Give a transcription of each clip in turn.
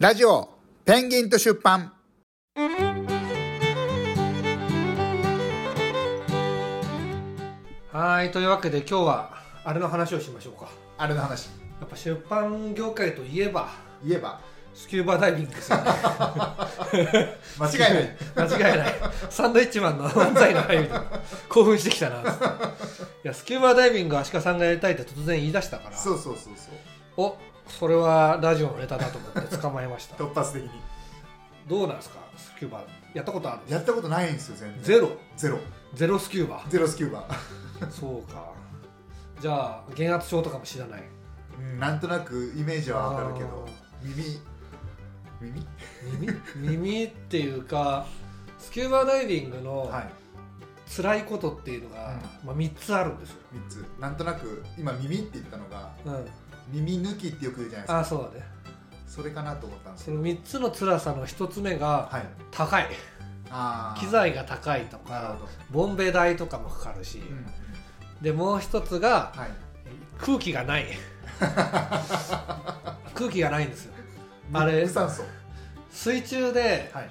ラジオペンギンと出版はいというわけで今日はあれの話をしましょうかあれの話やっぱ出版業界といえば言えばスキューバダイビングですよね 間違いない間違いないサンドイッチマンの漫才の入りで興奮してきたないやスキューバダイビング足利さんがやりたいって突然言い出したからそうそうそうそおそれはラジオのネタだと思って捕まえましたう突発的にどうなんですかスキューバやったことあるやったことないんですよ全然ゼロゼロゼロスキューバゼロスキューバそうかじゃあ減圧症とかも知らないうんなんとなくイメージはわかるけどあー耳耳耳耳っていうかスキューバダイビングのはい辛いことっていうのが、まあ、3つあるんですよ、 3つなんとなく今耳って言ったのがうん、耳抜きってよく言うじゃないですあかあそうだねそれかなと思ったんですそけどの3つの辛さの1つ目がはい高いあー機材が高いとなるかほどボンベ代とかもかかるし、うんうんでもう1つがはい空気がない 空気がないんですよあれ無酸素水中ではい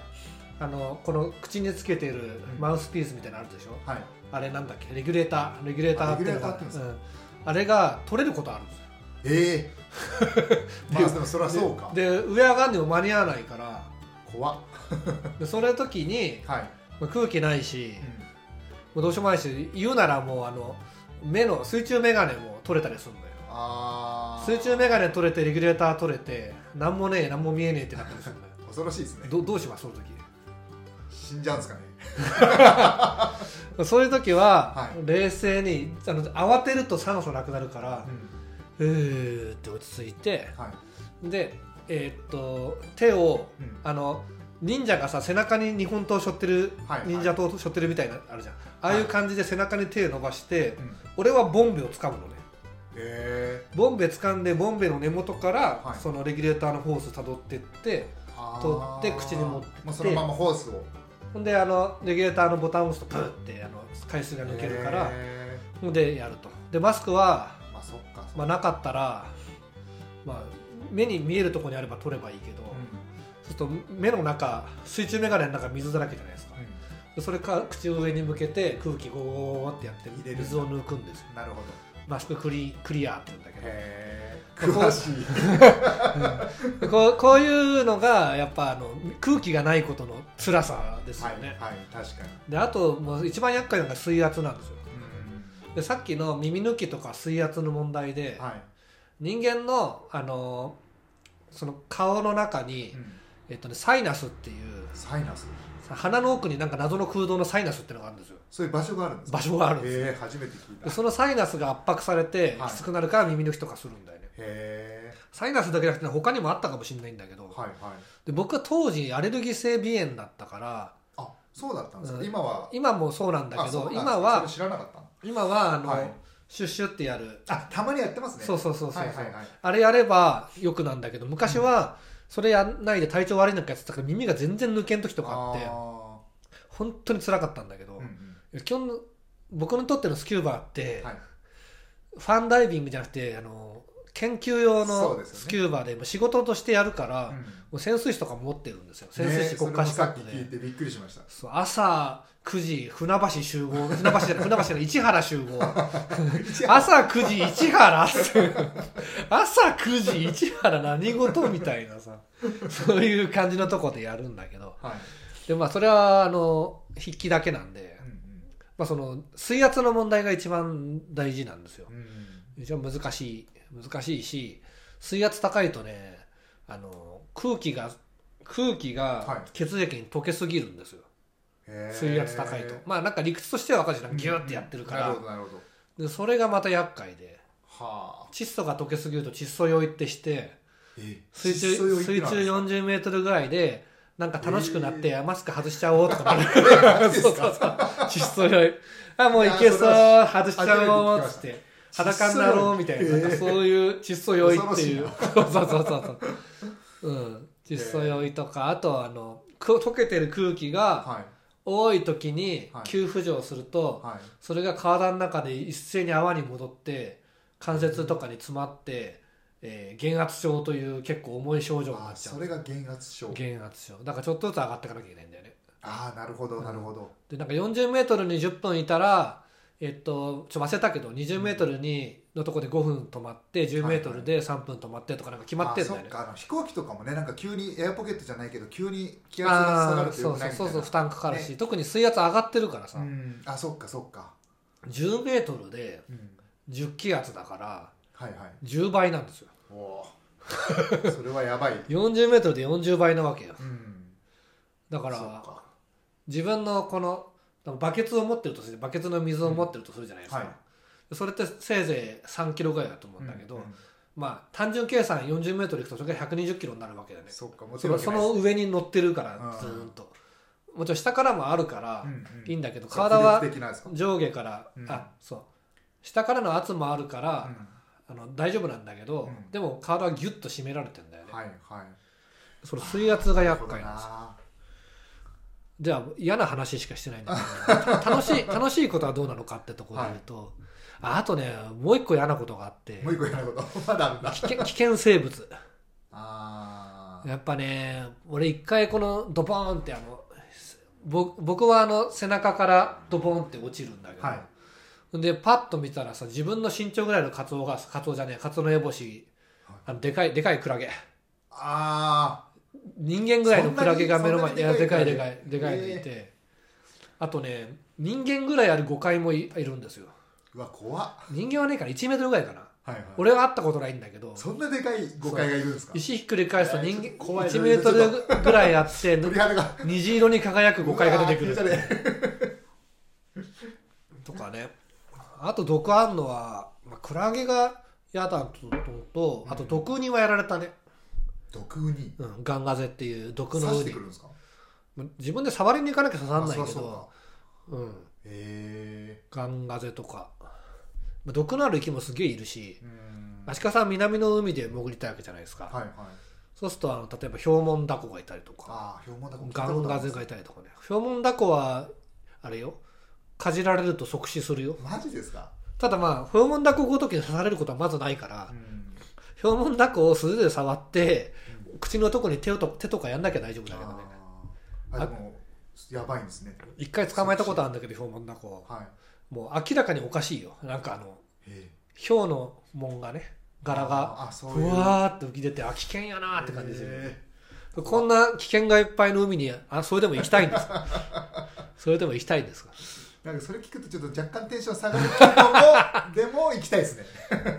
あのこの口につけてるうんマウスピースみたいなのあるでしょ、はいあれなんだっけレギュレーターレギュレーターっていうのあレギュレーターっがて言うんですかうんあれが取れることあるんですよえ えまあでもそりゃそうかでで上上がんでも間に合わないから怖っでそれの時に、はい、まあ、空気ないし、もうどうしようもないし言うならもうあの目の水中眼鏡も取れたりするのよああ水中眼鏡取れてレギュレーター取れて何もねえ何も見えねえってなったりするのよ恐ろしいですねど どうしますその時死んじゃうんですかねそういう時は、はい冷静にあの慌てると酸素なくなるからう、うーって落ち着いてんはいでえーっと手をうんあの忍者がさ背中に日本刀背負ってる、はい忍者刀背負ってるみたいなのあるじゃんああいう感じで背中に手を伸ばして、うん俺はボンベを掴むのねえボンベ掴んでボンベの根元から、はいそのレギュレーターのホース辿ってってー取って口に持ってもうそのままホースをほんであのレギュレーターのボタンを押すとプーってあの回数が抜けるからへほんでやるとでマスクは、ーまあそっかそっかまあ、なかったら、まあ、目に見えるところにあれば取ればいいけど、うんそうすると目の中水中眼鏡の中水だらけじゃないですか、うでそれから口を上に向けて空気ゴーゴーゴーってやって入れる水を抜くんですよんなるほどマスククリクリアって言うんだけへえここ詳しいどでこうこういうのがやっぱあの空気がないことの辛さですよはいね、はい確かにであともう一番厄介なのが水圧なんですようんでさっきの耳抜きとか水圧の問題で、はい人間のあのその顔の中に、うんえっとね、サイナスっていうサイナス鼻の奥になんか謎の空洞のサイナスっていうのがあるんですよそういう場所があるんですか場所があるんですよへえ初めて聞いたでへそのサイナスが圧迫されてはいきつくなるから耳抜きとかするんだよね、えサイナスだけじゃなくて他にもあったかもしれないんだけど、はいはいで僕は当時アレルギー性鼻炎だったからあそうだったんですかうん今は今もそうなんだあけそうなどんですか今はそれ知らなかったの今はあの、はいシュッシュってやるあたまにやってますねそうそうそうそうそう、はいはいはいあれやればよくなんだけど昔はそれやんないで体調悪いなんかやってたから耳が全然抜けん時とかあってあ本当につらかったんだけど、ーうん基本僕にとってのスキューバーって、うんはいファンダイビングじゃなくてあの研究用そうのですよねスキューバーで、もう仕事としてやるから、うんもう潜水士とかも持ってるんですよ潜水ね士国家資それも格さっで、き聞いてびっくりしましたそう朝9時船橋集合船 橋じゃない船橋じゃない市原集合朝9時市原って 朝9時市原何事みたいなさそういう感じのとこでやるんだけどはいでまあそれはあの筆記だけなんで、まあ、その水圧の問題が一番大事なんですようんうん一番難しい難しいし水圧高いとねあの空気が空気はがい血液に溶けすぎるんですよ、へー水圧高いとまあなんか理屈としては分かるじゃんギューってやってるから、うんうんなるほどなるでそれがまた厄介でほどはあ窒素が溶けすぎると窒素酔いってしてえ水中窒素用い水くら中40メートルぐらいでなんか楽しくなって、マスク外しちゃおうとかなる マジでそうすそかうそう窒素酔いあもういいけやそそうれは外しちゃおうっつって初めて聞きました裸になろうみたいな,、なんか窒素そういう窒素酔いっていうそうそうそうそうそううん窒素酔いとかあとあのく溶けてる空気がはい多い時にはい急浮上すると、はいそれが体の中で一斉に泡に戻って関節とかに詰まってえー減圧症という結構重い症状になあっちゃうそれが減圧症減圧症だからちょっとずつ上がっていかなきゃいけないんだよねああなるほどなるほど、でなんか40メートルに10分いたらえっとちょっと忘れたけど20メートルにのとこで5分止まって10メートルで3分止まってとかなんか決まってんだよあそねっかあの飛行機とかもねなんか急にエアポケットじゃないけど急に気圧が下があるーとよそうくないうみそたいなそうそう負担かかるし、特に水圧上がってるからさ、うんあそっかそっか、 10メートルでうん、 10気圧だからはいはい10倍なんですよおおー それはやばい40メートルで40倍なわけようんだかそらっか自分のこのバケツを持ってるとするバケツの水を持ってるとするじゃないですか、はいそれってせいぜい3キロぐらいだと思うんだけど、うんうんまあ単純計算40メートルいくとそれが120キロになるわけだよねそっかもちそろのんその上に乗ってるからうんずーんともちろん下からもあるからうんうんいいんだけど、体そうは浮力的なんですか上下から、うんあそう下からの圧もあるかうら、んあの大丈夫なんだけど、うんでも体はギュッと締められてんだよね、はいはいその水圧がなる厄ほど介なんですよなじゃあ嫌な話しかしてないんだけど 楽しい楽しいことはどうなのかってところで言うと、ああとねもう一個嫌なことがあってもう一個やることまだあるんだ危険危険生物あーやっぱね俺一回このドボーンってあのぼ僕はあの背中からドボーンって落ちるんだけど、はでパッと見たらさ自分の身長ぐらいのカツオがカツオじゃねえカツオのエボシはいあのでかいでかいクラゲあ人間ぐらいのクラゲが目の前そんにないにやそんなにででかかいいでかいでかいのいて、あとね人間ぐらいある5階もいいるんですよーうわ怖っ人間はねえから1メートルぐらいかなはいはい俺は会ったことないんだけどそんなでかい誤解がいるんですか石ひっくり返すといや人ちょっと間怖い1メートルぐらいあって 鳥肌が虹色に輝く誤解が出てくるうわー聞いたねとかねあと毒あんのは、まあ、クラゲが嫌だととあと毒ウニはやられたね、毒ウニうん、ガンガゼっていう毒刺のウしてニくるんですか自分で触りに行かなきゃ刺さんないけあそうどかうん、へガンガゼとかまあ毒のある生きもすげえいるしえうんアシカさん南の海で潜りたいわけじゃないですか、はいはいそうするとあの例えばヒョウモンダコがいたりとかああ標本だガンガゼがいたりとかねヒョウモンダコはあれよかじられると即死するよマジですかただまあヒョウモンダコごときに刺されることはまずないから、うんヒョウモンダコを素手で触って、口のとこに手をと手とかやんなきゃ大丈夫だけどね。あーあでもやばいんですね一回捕まえたことあるんだけど、ヒョウモンダコ。はもう明らかにおかしいよ。なんかあの、いへえヒョウの門がね、柄が、あーそうふいうわーって浮き出て、あ、危険やなーって感じですよね。へこんな危険がいっぱいの海に、あ、それでも行きたいんですかそれでも行きたいんですかえなんかそれ聞くとちょっと若干テンション下がる けどもでも行きたいですね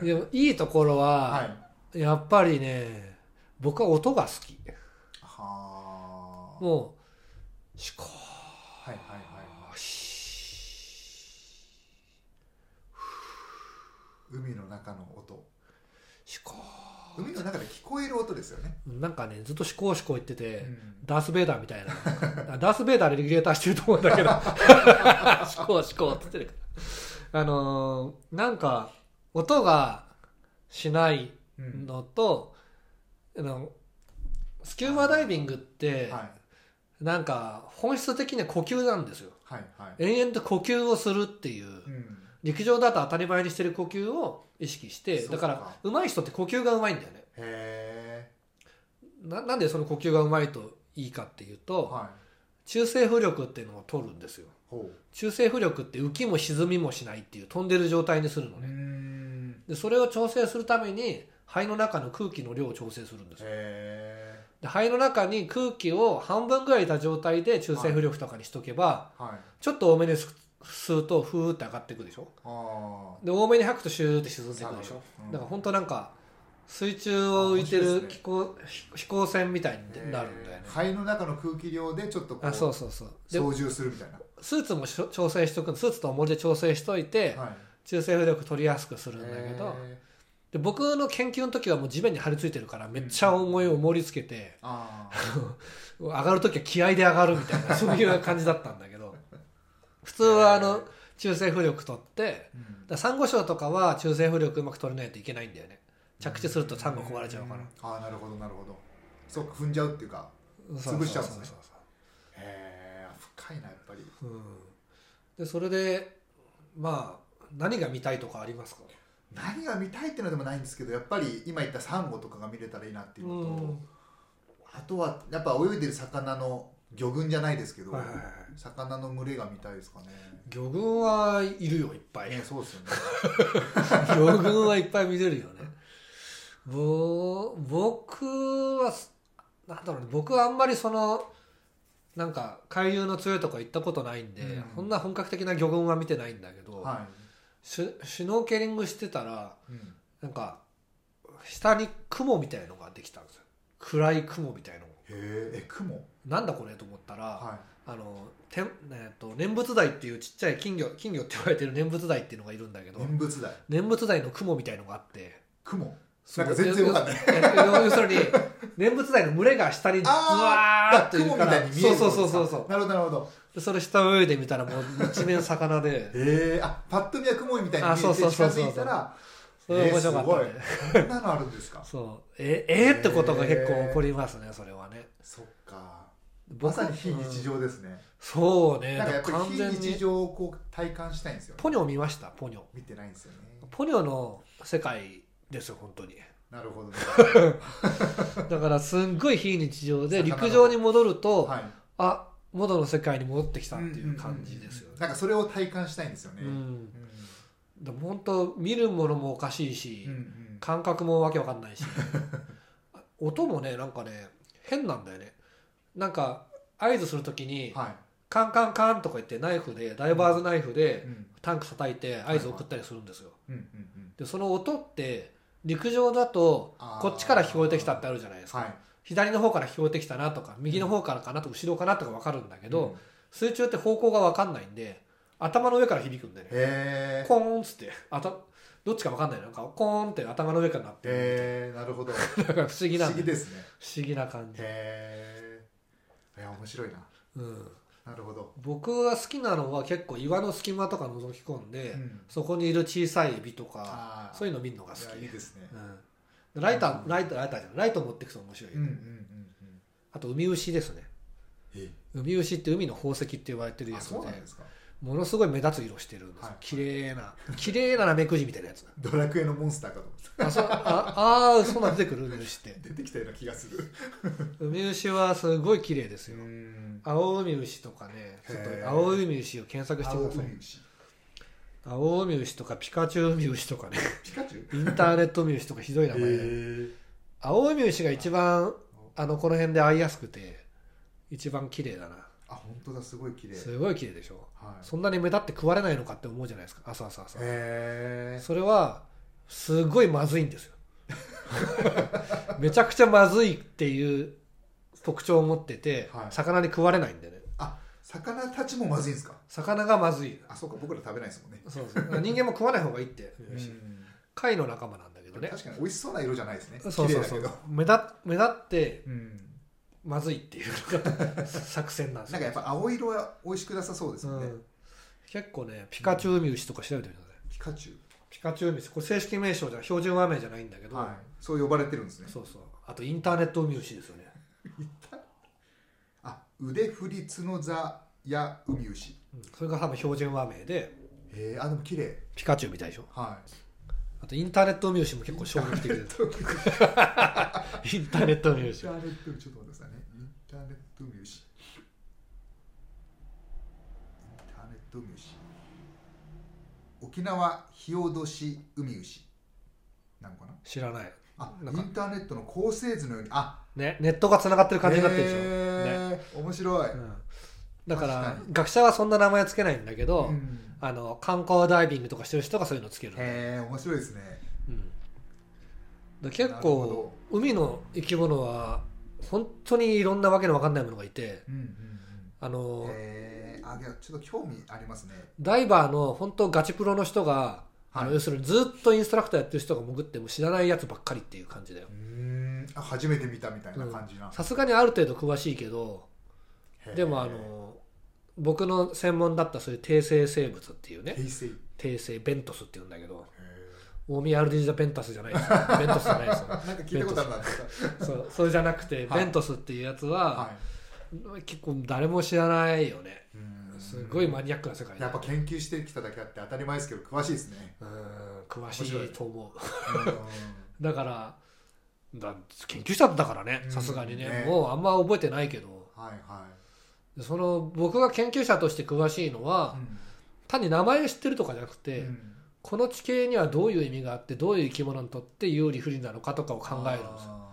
でも、いいところはいは、やっぱりね、僕は音が好き。はーもう、シュコーはいはいはいはい海の中の音シュコー海の中で聞こえる音ですよね、なんかね、ずっとシコーシコー言ってて、うんダース・ベイダーみたいな。あダース・ベイダーレギュレーターしてると思うん だけど。思考思考って言ってるから。あのーなんか、音がしないうんのと、あの、スキューバダイビングって、はいなんか、本質的には呼吸なんですよ。はいはい、延々と呼吸をするっていう。うん、陸上だと当たり前にしてる呼吸を意識して、そだうか、から上手い人って呼吸が上手いんだよね。へななんでその呼吸が上手いといいかっていうえと、はい中性浮力っていうのを取るんですよほ中性浮力って浮きも沈みもしないっていう飛んでる状態にするのううーねんでそれを調整するために肺の中の空気の量を調整するんですよへえで肺の中に空気を半分ぐらいいた状態で中性浮力とかにしとけば、はいちょっと多めに吸吸うとふーって上がってくでしょあで多めに吐くとシューって沈んでいくでしょ、下がるうんだから本当なんか水中を浮いてあ面白いるですね飛行,、飛行船みたいあになるんだよね肺の中の空気量でちょっとこうあそうそうそうで操縦するみたいなスーツもしょ調整しとくのスーツと重りで調整しといて、はい中性浮力取りやすくするんだけど、へーで僕の研究の時はもう地面に張り付いてるからめっちゃ重い重りつけて、あ上がる時は気合で上がるみたいなそういう感じだったんだけど普通 はあの中性浮力取ってだかー、うんらサンゴ礁とかは中性浮力うまく取れないといけないんだよね着地するとサンゴ壊れちゃうからああなるほどなるほどそうか踏んじゃうっていうかそうそう潰しちゃうんそですうねそうへえ深いなやっぱりそううんでそれでまあ何が見たいとかありますか何が見たいってのでもないんですけどやっぱり今言ったサンゴとかが見れたらいいなっていうのと、あとはやっぱ泳いでる魚の魚群じゃないですけど、はいはいはい魚の群れが見たいですかね。魚群はいるよいっぱい ね、そうですよね。魚群はいっぱい見れるよねぼ僕はすなんだろうね僕はあんまりそのなんか海流の強いとこ行ったことないんで、うんそんな本格的な魚群は見てないんだけど、はシュシュノーケリングしてたら い。うんなんか下に雲みたいのができたんですよ暗い雲みたいのへえ、え、雲。なんだこれと思ったら、はあのてんえっと念仏台っていうちっちゃい金魚金魚って言われてる念仏台っていうのがいるんだけい。ど念仏台。念仏台の雲みたいのがあって雲。そうなんか全然わかんない要要要するに念仏台の群れが下にずわーっとい雲るみかたいらに見えそうる。そうそうそうそうなるほど、なるほど。でそれ下を泳いでみたらもう一面魚でへえ、あ、パッと見は雲みたいに見えてあそうそう近そうそうづいたら、それ面白かったね、こんなのあるんですか。そうええーってことが結構起こりますねそれはねそっか。ま僕さに非日常ですね。そうねなんかやっぱ完り全非日に常をこう体感したいんですよ、ね。ポニョを見ましたポニョ見てないんですよね。ポニョの世界ですよ本当になるほど、ね。だからすんごい非日常で魚の陸上に戻ると、はい。あ元の世界に戻ってきたっていう感じですよね。なんかそれを体感したいんですよね。ううんん、でも本当見るものもおかしいし、うん感覚もわけわかん ないし音もねなんかね変なんだよねなんか合図する時に、はカンカンカンとか言ってナイフでダイバーズナイフでい。うんタンク叩いて合図を送ったりするんですよ、うんうんうん。でその音って陸上だとあーこっちから聞こえてきたってあるじゃないですか、はい。左の方から聞こえてきたなとか右の方からかなとか後ろかなとか分かるんだけど、うん、水中って方向が分かんないんで頭の上から響くんでねへえ。コーンっつってあたどっちか分かんないなんかコーンって頭の上からなってるへえ、なるほど。だから不思議不 な思んだ議ですね。不思議な感じ、へえ。いや、面白いな。うん、なるほど。僕が好きなのは結構岩の隙間とか覗き込んで、うんそこにいる小さいエビとかあーそういうの見るのが好きいやいいですね。うん、ライターライターライターじゃないライト持ってくと面白い、うんうんうんうん。あとウミウシですねえ、ウミウシって海の宝石って言われてるやあ、つそうなんでですか。ものすごい目立つ色してるんですよはい綺麗な綺麗ななめくじみたいなや つドラクエのモンスターかと思ってあそああーそんなん出てくるウミウシって出てきたような気がする。ウミウシはすごい綺麗ですよん。青ウミウシとかねちょっへーと青ウミウシを検索してください青ウミウシとかピカチュウウミウシとかねピカチュウインターネットウミウシとかひどい名前でえ。青ウミウシが一番あのこの辺で会いやすくて一番綺麗だなあ、本当だ、すごい綺麗。すごい綺麗でしょはい。そんなに目立って食われないのかって思うじゃないですか朝朝朝へえ。それはすごいまずいんですよ めちゃくちゃまずいっていう特徴を持ってて、はい魚に食われないんでねあ、魚たちもまずいんですか。魚がまずいあ、そうか、僕ら食べないですもんね。そうそうだから人間も食わない方がいいってうん貝の仲間なんだけどね確かに美味しそうな色じゃないですね。そう綺そう麗だそけうど。目立目立ってうん。まずいっていうのが 作戦なんですなよんかやっぱ青色は美味しくなさそうですうよね。ん、結構ねピカチュウウミウシとか調べてみてくださいピカチュウ。ピカチュウウミウシこれ正式名称じゃ標準和名じゃないんだけど、はい。そう呼ばれてるんですね。そうそうあとインターネットウミウシですよね あ、腕振り角座や海牛。うんそれが多分標準和名でへえ、あ、でも綺麗。ピカチュウみたいでしょはい。あとインターネットウミウシも結構衝撃的でちょっと待ってす インターネットウミウシくださいね。インターネット海牛。インターネット海牛。沖縄日脅し海牛。なんかな。知らないあ、イなんかンターネットの構成図のように。あ、ねネットがつながってる感じになってるでしょ、ねへー面白い。うん、だから確か学者はそんな名前つけないんだけど、うんあの観光ダイビングとかしてる人がそういうのつける、へえ面白いですねうん、で結なる構ほ海の生き物は本当にいろんなわけのわかんないものがいてうんあうんうんの、へえあいやちょっと興味ありますねダイバーの本当ガチプロの人が、あはのい要するにずっとインストラクターやってる人が潜っても知らないやつばっかりっていう感じだようーんあ初めて見たみたいな感じな、さすがにある程度詳しいけどへーでもあの僕の専門だったそういう低生生物っていうね平成へ低生ベントスっていうんだけどえ大宮アルディージャベンタスじゃないですよベントスじゃないですよなんか聞いたことあるなってそうそれじゃなくて、はいベントスっていうやつは、はい結構誰も知らないよねうんすごいマニアックな世界だやっぱ研究してきただけあって当たり前ですけど詳しいですねうん詳しいと思ううだからだ研究者だからねうんさすがにね,、ねもうあんま覚えてないけどんはいはその僕が研究者として詳しいのは、単に名前を知ってるとかじゃなくいて、うんこの地形にはどういう意味があってどういう生き物にとって有利不利なのかとかを考えるんですよあ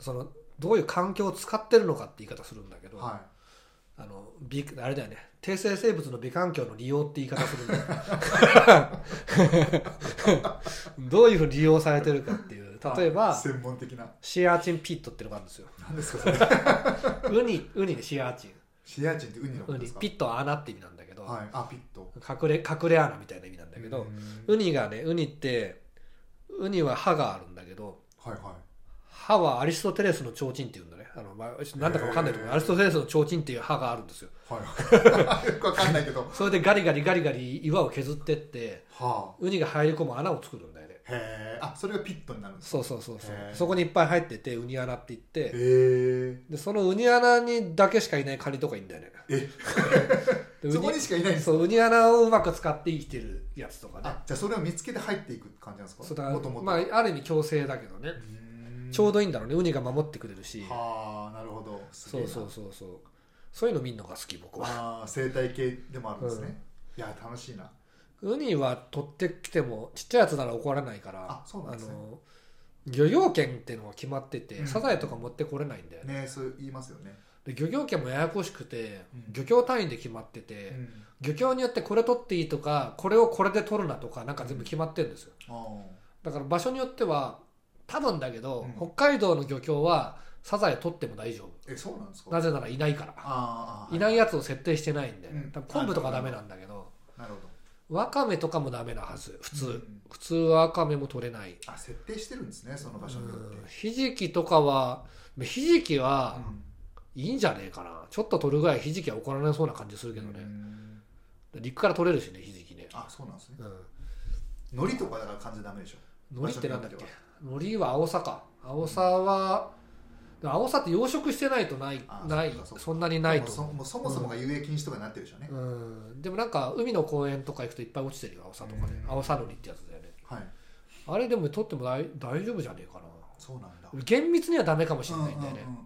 そのどういう環境を使ってるのかって言い方するんだけーど、はあの美あれだよね低生生物の美環境の利用って言い方するんだよ どういうふうに利用されてるかっていうい例えば専門的なシアーチンピットっていうのがあるんですよ何ですかそ れウニウニでシアーチンシアーチンってウニのことウでニすかピットは穴って意味なんだけど、はいあピット隠れ隠れ穴みたいな意味なんだけど、うんウニがねウニってウニは歯があるんだけどはいはい歯はアリストテレスの提灯っていうんだねあの、まあ、ちょっとなんだかわかんないと思うへーアリストテレスの提灯っていう歯があるんですよはいよくわかんないけどはそれでガリガリガリガリ岩を削ってってあウニが入り込む穴を作るんだよねへえあそれがピットになるんですかそうそうそうそうへーそこにいっぱい入っててウニ穴って言ってへえでそのウニ穴にだけしかいないカニとかいるんだよねえ でウニそこにしかいないんですかそうウニ穴をうまく使って生きてるやつとかねあじゃあそれを見つけて入っていく感じなんですかそうだからもともとまあある意味強制だけどね、ちょうどいいんだろうねウニが守ってくれるしはあなるほどすげそえうなそうそうそうそういうの見るのが好き僕はああ生態系でもあるんですね、いや楽しいなウニは取ってきてもちっちゃいやつなら怒らないからあそうなんですねの漁業権っていうのが決まってて、うんサザエとか持ってこれないんだよねねそう言いますよね、で漁業権もややこしくて、うん漁協単位で決まってて、うん、漁協によってこれ取っていいとかこれをこれで取るなとかなんか全部決まってるんですよあだから場所によっては多分だけど、うん北海道の漁協はサザエ取っても大丈夫ーえそうなんですかなぜならいないからあーあーいないやつを設定してないんで、うん多分昆布とかダメなんだけどなるほどわかめとかもダメなはず普通、うん普通はわかめも取れないあ設定してるんですねその場所によってうんひじきとかはひじきははいいんじゃねえかなちょっと取るぐらいひじきは怒られそうな感じするけどうね、ん陸から取れるしねひじきねあそうなんですねうん海苔とかだから感じダメでしょ海苔ってなんだっ場所けによ海苔は青さか青さは、青さって養殖してないとないあないそっかそそっかんなにないもうとそ思もうそもそもが遊泳禁止とかになってるでしょうねう、うん、でもなんか海の公園とか行くといっぱい落ちてるよ青さとかねうん青さのりってやつだよねはいあれでも取っても大大丈夫じゃねえかなそうなんだ厳密にはダメかもしれないんだよね、うんうんうんうんうん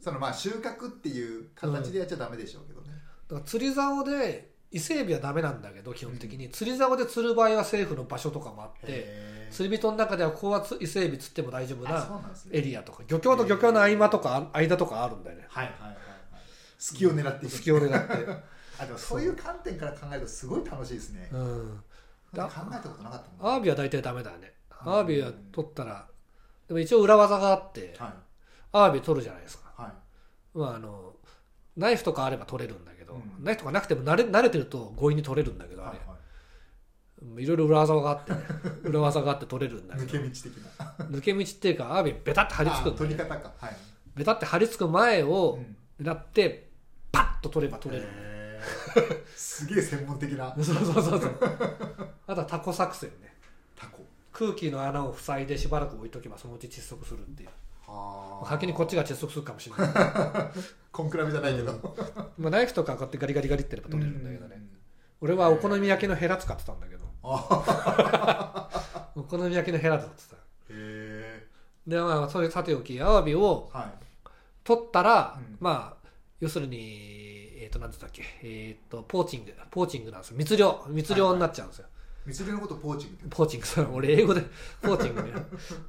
そのまあ収穫っていう形でやっちゃダメでしょうけどね、だから釣り竿で伊勢海老はダメなんだけど基本的に、釣り竿で釣る場合は政府の場所とかもあってへー釣り人の中ではここはつ伊勢海老釣っても大丈夫あなそうなんですねエリアとか漁協と漁協の合間とかあ間とかあるんだよねはいはいはいはい隙を狙っていく隙を狙って、あでもそういう観点から考えるとすごい楽しいですね、うん、だって考えたことなかったもんアワねビは大体ダメだよねうんアワビは取ったらでも一応裏技があってはいアワビ取るじゃないですか、はいまあ、あのナイフとかあれば取れるんだけど、うんナイフとかなくても慣れ慣れてると強引に取れるんだけどあはれいはいうんいろいろ裏技があ ってね裏技があって取れるんだけ抜どけ道的な抜け道っていうかアワビベタって張り付あくん取だりよね方かはい、ベタって張り付く前うをん狙ってパッと取れば取れる、へーすげえ専門的なそうそうそうそうあとはタコ作戦ねタコ空気の穴を塞いでしばらく置いとけばそのうち窒息するっていうは先にこっちが窒息するかもしれない コンクラベじゃないけど、うんまあ、ナイフとかこうやってガリガリガリってやれば取れるんだけどね、俺はお好み焼きのヘラ使ってたんだけどあお好み焼きのヘラ使ってたへえでまあそれさておきアワビをはい取ったら、うんまあ要するにえっ、と何て言ったっけえっ、とポーチングポーチングなんですよ密漁密漁になっちゃうんですよ、密漁のことポーチングって言うんでポーチングそれ俺英語で ポーチングね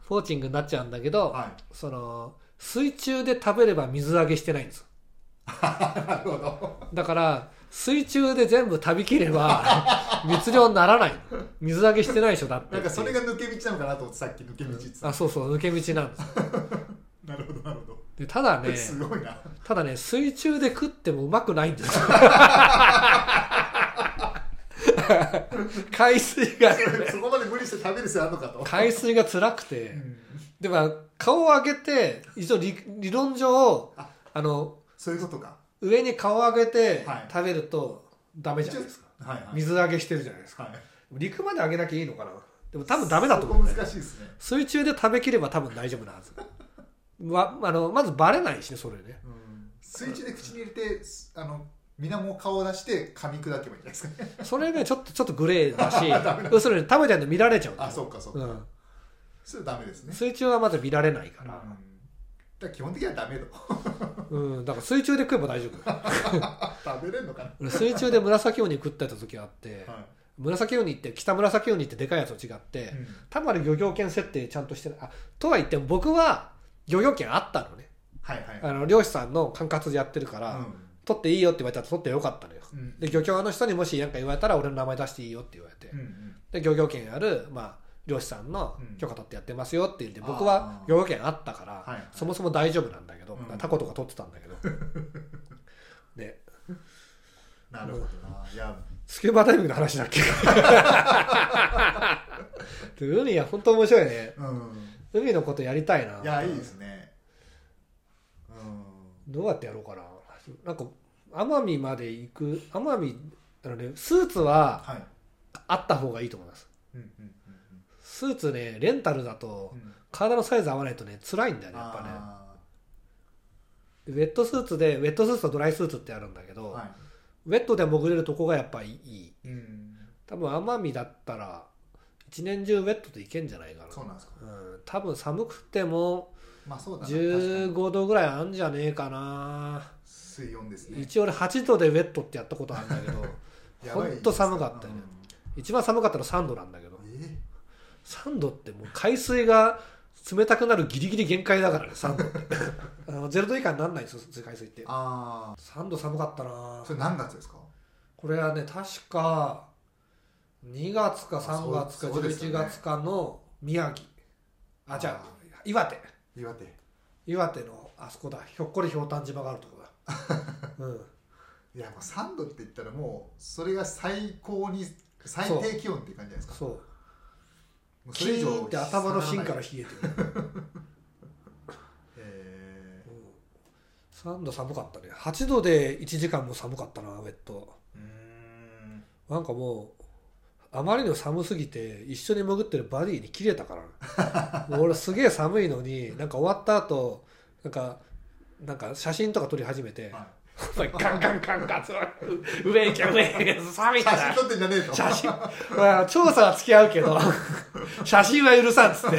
ポーチングになっちゃうんだけど、すはいその水中で食べれば水揚げしてないんですよなるほど。だから水中で全部食べきれ ば密漁にならないの水揚げしてないでしょだってなんかそれが抜け道なのかなと思ってさっき抜け道って言ってたあそうそう抜け道なんですなるほどなるほど。でただねすごいな。ただね水中で食ってもうまくないんですよ海水が そこまで無理して食べる必要あるのかと。海水が辛くてでも顔を上げて一応理理論上ああのそういうことか。上に顔を上げてはい食べるとダメじゃないですか、はいはい。水揚げしてるじゃないですかはい。陸まで上げなきゃいいのかなでも多分ダメだと思うんだそよこ難しねいですね。水中で食べきれば多分大丈夫なはずわあのまずバレないしねそれねうん水中で口に入れてすあの水面を顔を出して噛み砕けばいいんじゃないですかねそれねちょっとちょっとグレーだし要するに食べちゃうと見られちゃうんだ よあそうかそうか、うん、それはダメですね、水中はまず見られないかうん、だらか、ら基本的にはダメだうん、だから水中で食えば大丈 食べれんのかな夫水中で紫ウニ食ってた時あっては紫ウニって北紫ウニってでかいやつと違って、い、うんたまに漁業権設定ちゃんとしてないあとは言っても僕は漁業権あったのねはいはいあの漁師さんの管轄でやってるから、取っていいよって言われたら取ってよかったのようんうんで漁協の人にもし何か言われたら俺の名前出していいよって言われて、うんうんで漁業権ある、まあ、漁師さんのうん許可取ってやってますよって言ってあー僕は漁業権あったから、はいはいそもそも大丈夫なんだけど、うんタコとか取ってたんだ けどねなるほどないやスキューバダイビングの話だっけで海は本当面白いねうん海のことやりたいないやいいですねうんどうやってやろうかななんか奄美まで行く奄美あのねスーツははいあった方がいいと思いますうんうんスーツねレンタルだとうんうん体のサイズ合わないとね辛いんだよねやっぱねあウェットスーツでウェットスーツとドライスーツってあるんだけーど、はウェットで潜れるとこがやっぱいいいうん多分奄美だったら一年中ウェットで行けんじゃないかなそうなんですかうん、多分寒くてもまあそうだな確かに15度ぐらいあんじゃねえかな水温ですね一応俺8度でウェットってやったことあるんだけど やばいほんと寒かったよね一番寒かったの3度なんだけどうんえ3度ってもう海水が冷たくなるギリギリ限界だからね3度って あの0度以下にならないんですよ海水ってあ3度寒かったなあそれ何月ですかこれはね確か2月か3月そかうそうです11よね月かの宮城あじゃああ岩手岩手岩手のあそこだひょっこりひょうたん島があるとこ だうんいやもう3度って言ったらもうそれが最高に最低気温っていう感じじゃないですかそうもうキそれ以上ーンって頭の芯からへ冷えてる、えうん、3度寒かったね8度で1時間も寒かったなウェットうーんなんかもうあまりにも寒すぎて一緒に潜ってるバディに切れたからねもう俺すげえ寒いのになんか終わった後なんかなんか写真とか撮り始めては「お前ガンガンガンガンそう上行け上行け寒いいか写ら真撮ってんじゃねえと写真、まあ、調査は付き合うけど写真は許さんっつって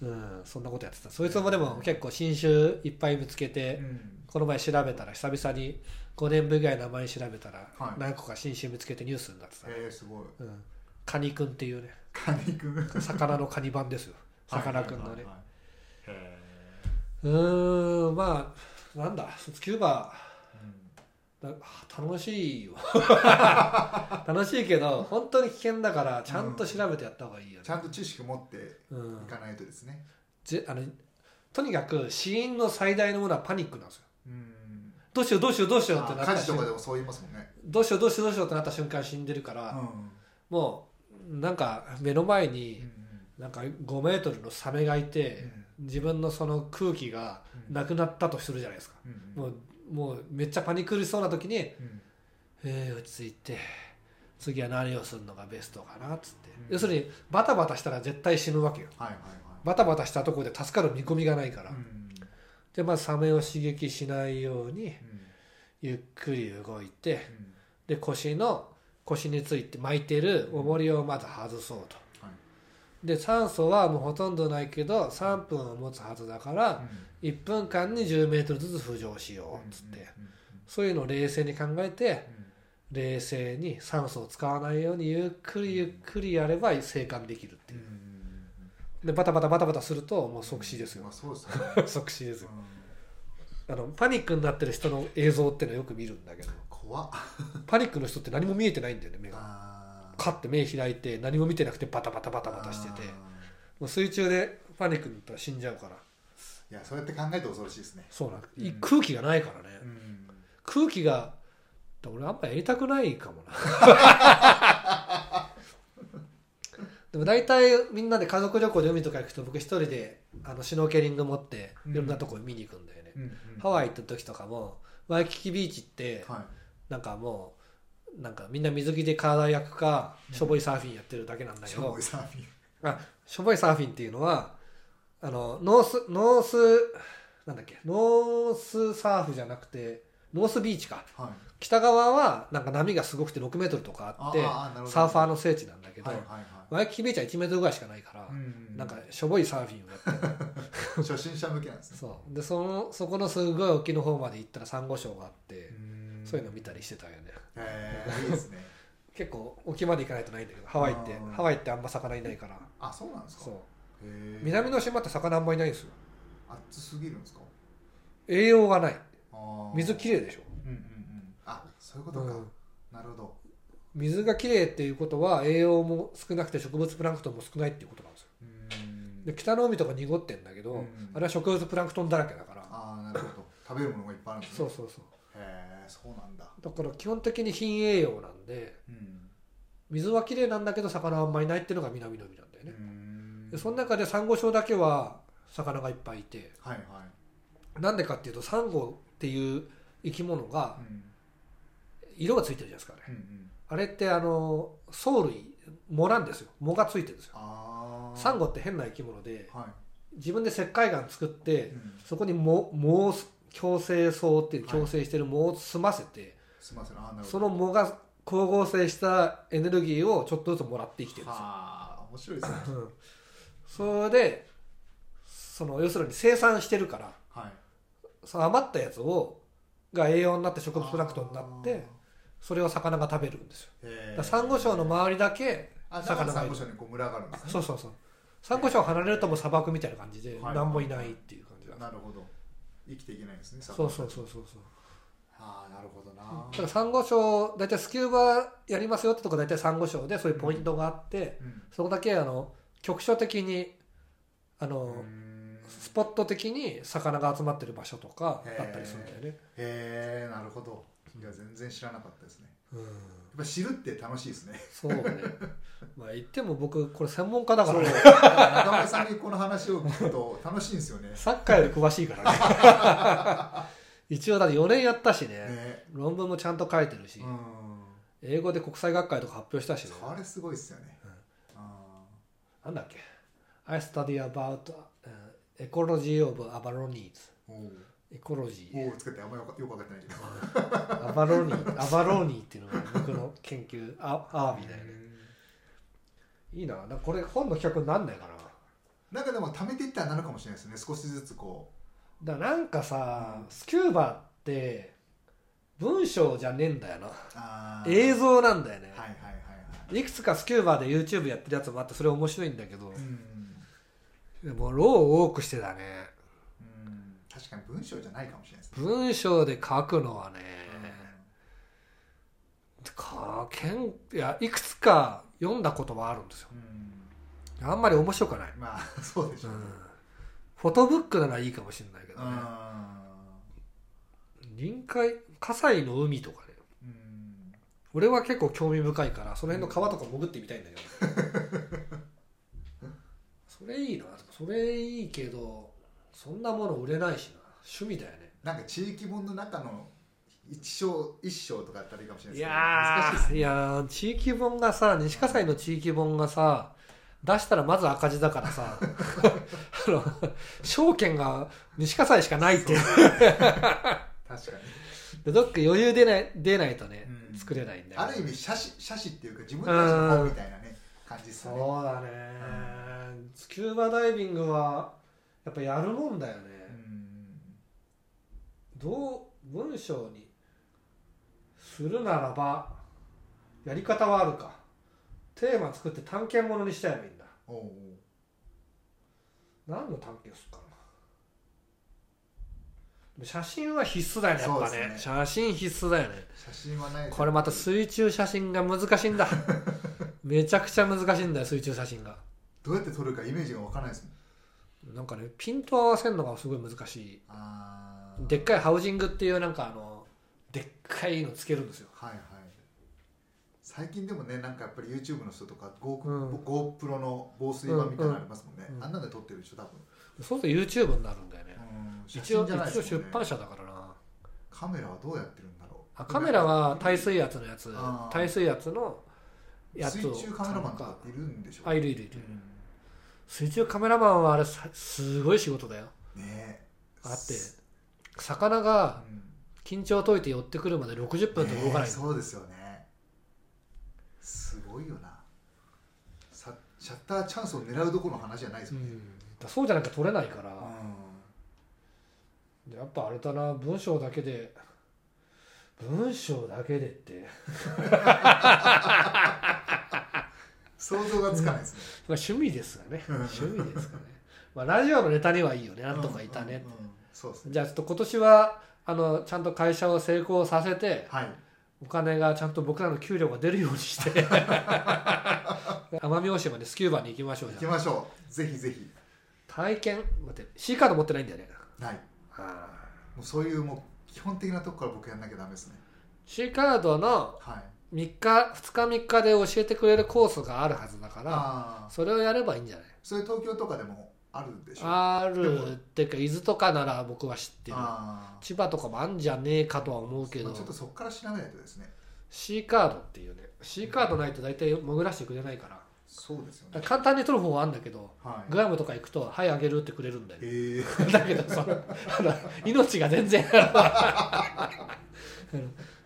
うんそんなことやってたそいつもでも結構新種いっぱい見つけて、うんこの前調べたら久々に5年分ぐらい名前調べたらはい何個か新種見つけてニュースになってた、えー、すごいうん、カニくんっていうねカニくん魚のカニ版ですよ魚くんのね はいはいはいはいへうーんまあなんだスキューバーうんだ楽しいよ 楽しいけど本当に危険だからちゃんと調べてやった方がいいよねち、ゃんと知識持ってうんいかないとですねぜあのとにかく死因の最大のものはパニックなんですようんどうしようどうしようどうしようってなあっ火事とた瞬か間でもそう言いますもんねどうしようどうしようどうしようってなった瞬間死んでるかうら、んもうなんか目の前うにんなんか5メートルのサメがいて、自分のその空気がなくなったとするじゃないですか、うんもうもうめっちゃパニクりそうな時にうんえー、落ち着いて次は何をするのがベストかなっつって、うん要するにバタバタしたら絶対死ぬわけよはいはいバタバタしたところで助かる見込みがないから、はいうんでまずサメを刺激しないようにうんゆっくり動いうてんで腰の腰について巻いてる重りをまず外そうとはいで酸素はもうほとんどないけど3分を持つはずだから1分間に1 0ルずつ浮上しようっつって、うんそういうのを冷静に考えうんてうん冷静に酸素を使わないようにゆっくりゆっくりやれば生還できるってういうんでバタバタバタバタするともう即死ですよまあ、そうですよね即死ですうよんあのパニックになってる人の映像ってのよく見るんだけど怖っパニックの人って何も見えてないんだよね目があーカッて目開いて何も見てなくてバタバタバタバタしててあもう水中でパニックになったら死んじゃうからーいやそうやって考えて恐ろしいですねそうなん、いうん空気がないからね、うん空気が俺あんまやりたくない かもなでも大体みんなで家族旅行で海とか行くと僕一人であのシュノーケリング持ってうんいろんなとこ見に行くんだよね、うんハワイ行った時とかもワイキキビーチってはなんかもうなんかみんな水着で体焼くかうんしょぼいサーフィンやってるだけなんいだけしど、ょぼいサーフィンしょぼいサーフィンっていうのはあのノースノースなんだっけノースサーフじゃなくてノースビーチかはい北側はなんか波がすごくて6メートルとかあってああなるほどサーファーの聖地なんだけど、はいはいワイキキビーチは1メートルぐらいしかないからは、いうんなんかしょぼいサーフィンをやって初心者向けなんですねそうでそのそこのすごい沖の方まで行ったらサンゴ礁があって、んそういうの見たりしてたよねへえいいですね結構沖まで行かないとないんだけどハワイってあーハワイってあんま魚いないからあそうなんですかそうへえ南の島って魚あんまいないんですよ暑すぎるんですか栄養がないあー水きれいでしょうんうんうんあそういうことか、うんなるほど水がきれいっていうことは栄養も少なくて植物プランクトンも少ないっていうことなんですようーんで北の海とか濁ってんだけど、うんうんあれは植物プランクトンだらけだからああなるほど食べるものがいっぱいあるんですねそうそうそうへえそうなんだだから基本的に貧栄養なんでうん水はきれいなんだけど魚はあんまりいないっていうのが南の海なんだようね、んでその中でサンゴ礁だけは魚がいっぱいいてはいはなんでかっていうとサンゴっていう生き物がいうん色がついてるじゃないですかねうんうんあれってあの藻類藻なんですよ藻がついてるんですよああサンゴって変な生き物では自分で石灰岩作っい、てうん、そこに藻藻を共生層っていう共生してる藻を住ませてすみませんああなるほどその藻が光合成したエネルギーをちょっとずつもらって生きてるんですよはあ面白いですねうんそれでその要するに生産してるからはいその余ったやつをが栄養になって植物プランクトンになってそれを魚が食べるんですよあーだへかえらサンゴ礁の周りだけあだから魚がサいンるゴ礁にこう群があるんですねそうそうそうサンゴ礁離れるともう砂漠みたいな感じではい何もいないっていう感じだなるほど生きていけないんですねサンそゴう礁そうそうそうそうああなるほどなだからサンゴ礁大体スキューバやりますよってとこ大体サンゴ礁でそういうポイントがあってうんそこだけあの局所的にあうのんスポット的に魚が集まってる場所とかだったりするんだよねへえなるほどいや全然知らなかったですねうんやっぱ知るって楽しいですねそう ねまあ言っても僕これ専門家だからねだから中村さんにこの話を聞くと楽しいんですよねサッカーより詳しいからね 一応だって4年やったし ねね論文もちゃんと書いてるし、うん英語で国際学会とか発表したしねそれすごいですよねうんあなんだっけ I study about、uh, ecology of ー Abaronies おう ecology おうつけてあんまよくよく分かってないけどアバロニーアバロニーっていうのが僕の研究あアワビだよねいいななんかこれ本の企画になんないかななんかでも貯めていったらなるかもしれないですね少しずつこだからなんかさ、うんスキューバって文章じゃねえんだよなうあー映像なんだよね、はいはいはいい、くつかスキューバで YouTube やってるやつもあってそれ面白いんだけどはい、うんでもローを多くしてたねうん確かに文章じゃないかもしれないですね、文章で書くのはね、うかけんいやいくつか読んだことはあるんですよんうんあんまり面白くない、まあ そうでしうょうんね、フォトブックならいいかもしれないけどうね、ん臨海葛西の海とかねうん俺は結構興味深いからその辺の川とか潜ってみたいんだけどそれいいなそれいいけどそんなもの売れないしな趣味だよねなんか地域本の中の一章一章とかあったらいいかもしれないいですけど難しいですやーいやー地域本がさ西葛西の地域本がさ出したらまず赤字だから さあの証券が西葛西しかないって確かにでどっか余裕出ない出ないとね、うん作れないんだよある意味写真写真っていうか自分たちの本みたいなね感じですよねそうだね、スキューバダイビングはやっぱやるもんだよね、うんどう文章にするならばやり方はあるかテーマ作って探検ものにしたやみんなおうおう何の探求するかなでも写真は必須だよねやっぱそうねですね写真必須だよね写真はないこれまた水中写真が難しいんだ めちゃくちゃ難しいんだよ水中写真がどうやって撮るかイメージがわからないですもんなんかねピント合わせるのがすごい難しいあーでっかいハウジングっていうなんかあのでっかいのつけるんですよはいはい最近でもねなんかやっぱり YouTube の人とか Go、うん GoPro の防水版みたいなのありますもんね、うんうんあんなので撮ってるでしょ多分、そうすると YouTube になるんだよねうん、写一応真じ一ゃない応です出もんね版社だからなカメラはどうやってるんだろうあカメラは耐水圧のやつあー耐水圧のやつを水中カメラマンとかっているんでしょあいるいるいうるん水中カメラマンはあれさすごい仕事だよねあって魚がうん緊張を解いて寄ってくるまで60分と動かないねえ、そうですよねすごいよなさシャッターチャンスを狙うどころの話じゃないですうよね、ん、だそうじゃなきゃ撮れないから、うでやっぱあれだな文章だけで文章だけでってん、想像がつかないですね、まあ趣味ですがねうん趣味ですがねまあラジオのネタにはいいよね なんとかいたね、うんうんうんそうですねじゃあちょっと今年はあのちゃんと会社を成功させてはいお金がちゃんと僕らの給料が出るようにして 奄美大島でスキューバに行きましょう行じきゃあましょうぜひぜひ体験待って C カード持ってないんだよねはいあーもうそういうもう基本的なとこから僕やんなきゃダメですね C カードのはい3日2日3日で教えてくれるコースがあるはずだからああそれをやればいいんじゃないそれ東京とかでもあるんでしょああるってか伊豆とかなら僕は知ってるあ千葉とかもあんじゃねえかとは思うけー、まどあ、ちょっとそこから調べないとですね C カードっていうね C カードないと大体潜らせてくれないからそうですよだねから簡単に取る方はあるんだけどはいグアムとか行くと「はいあげる」ってくれるんだよええ だけどさあの命が全然 あの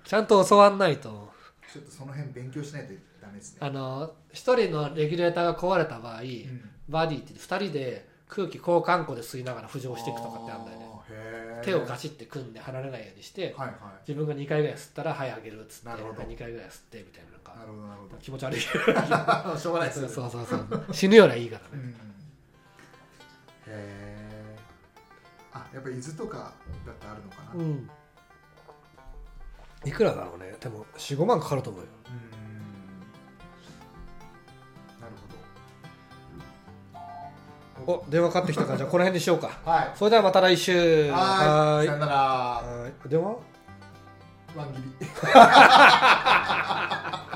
ちゃんと教わんないとちょっとその辺勉強しないとダメですねあの一人のレギュレーターが壊れた場合、うんバディって2人で空気交換庫で吸いながら浮上していくとかってあるんだよねあーへー手をガチって組んで離れないようにしてはいは自分が2回ぐらい吸ったら「はいあげる」っつってなるほど2回ぐらい吸ってみたいなのいなかるほどなるほ気持ち悪い どしょうがないですそうねそうそう そう死ぬよりはいいからうね、んへえあやっぱ伊豆とかだってあるのかなうんいくらだろうねでも45万かかると思うようーんなるほど。お電話かかってきたからじゃあこの辺にしようかおはい。それではまた来週はーい。さはよなら。ーいはーい電話ワン切り。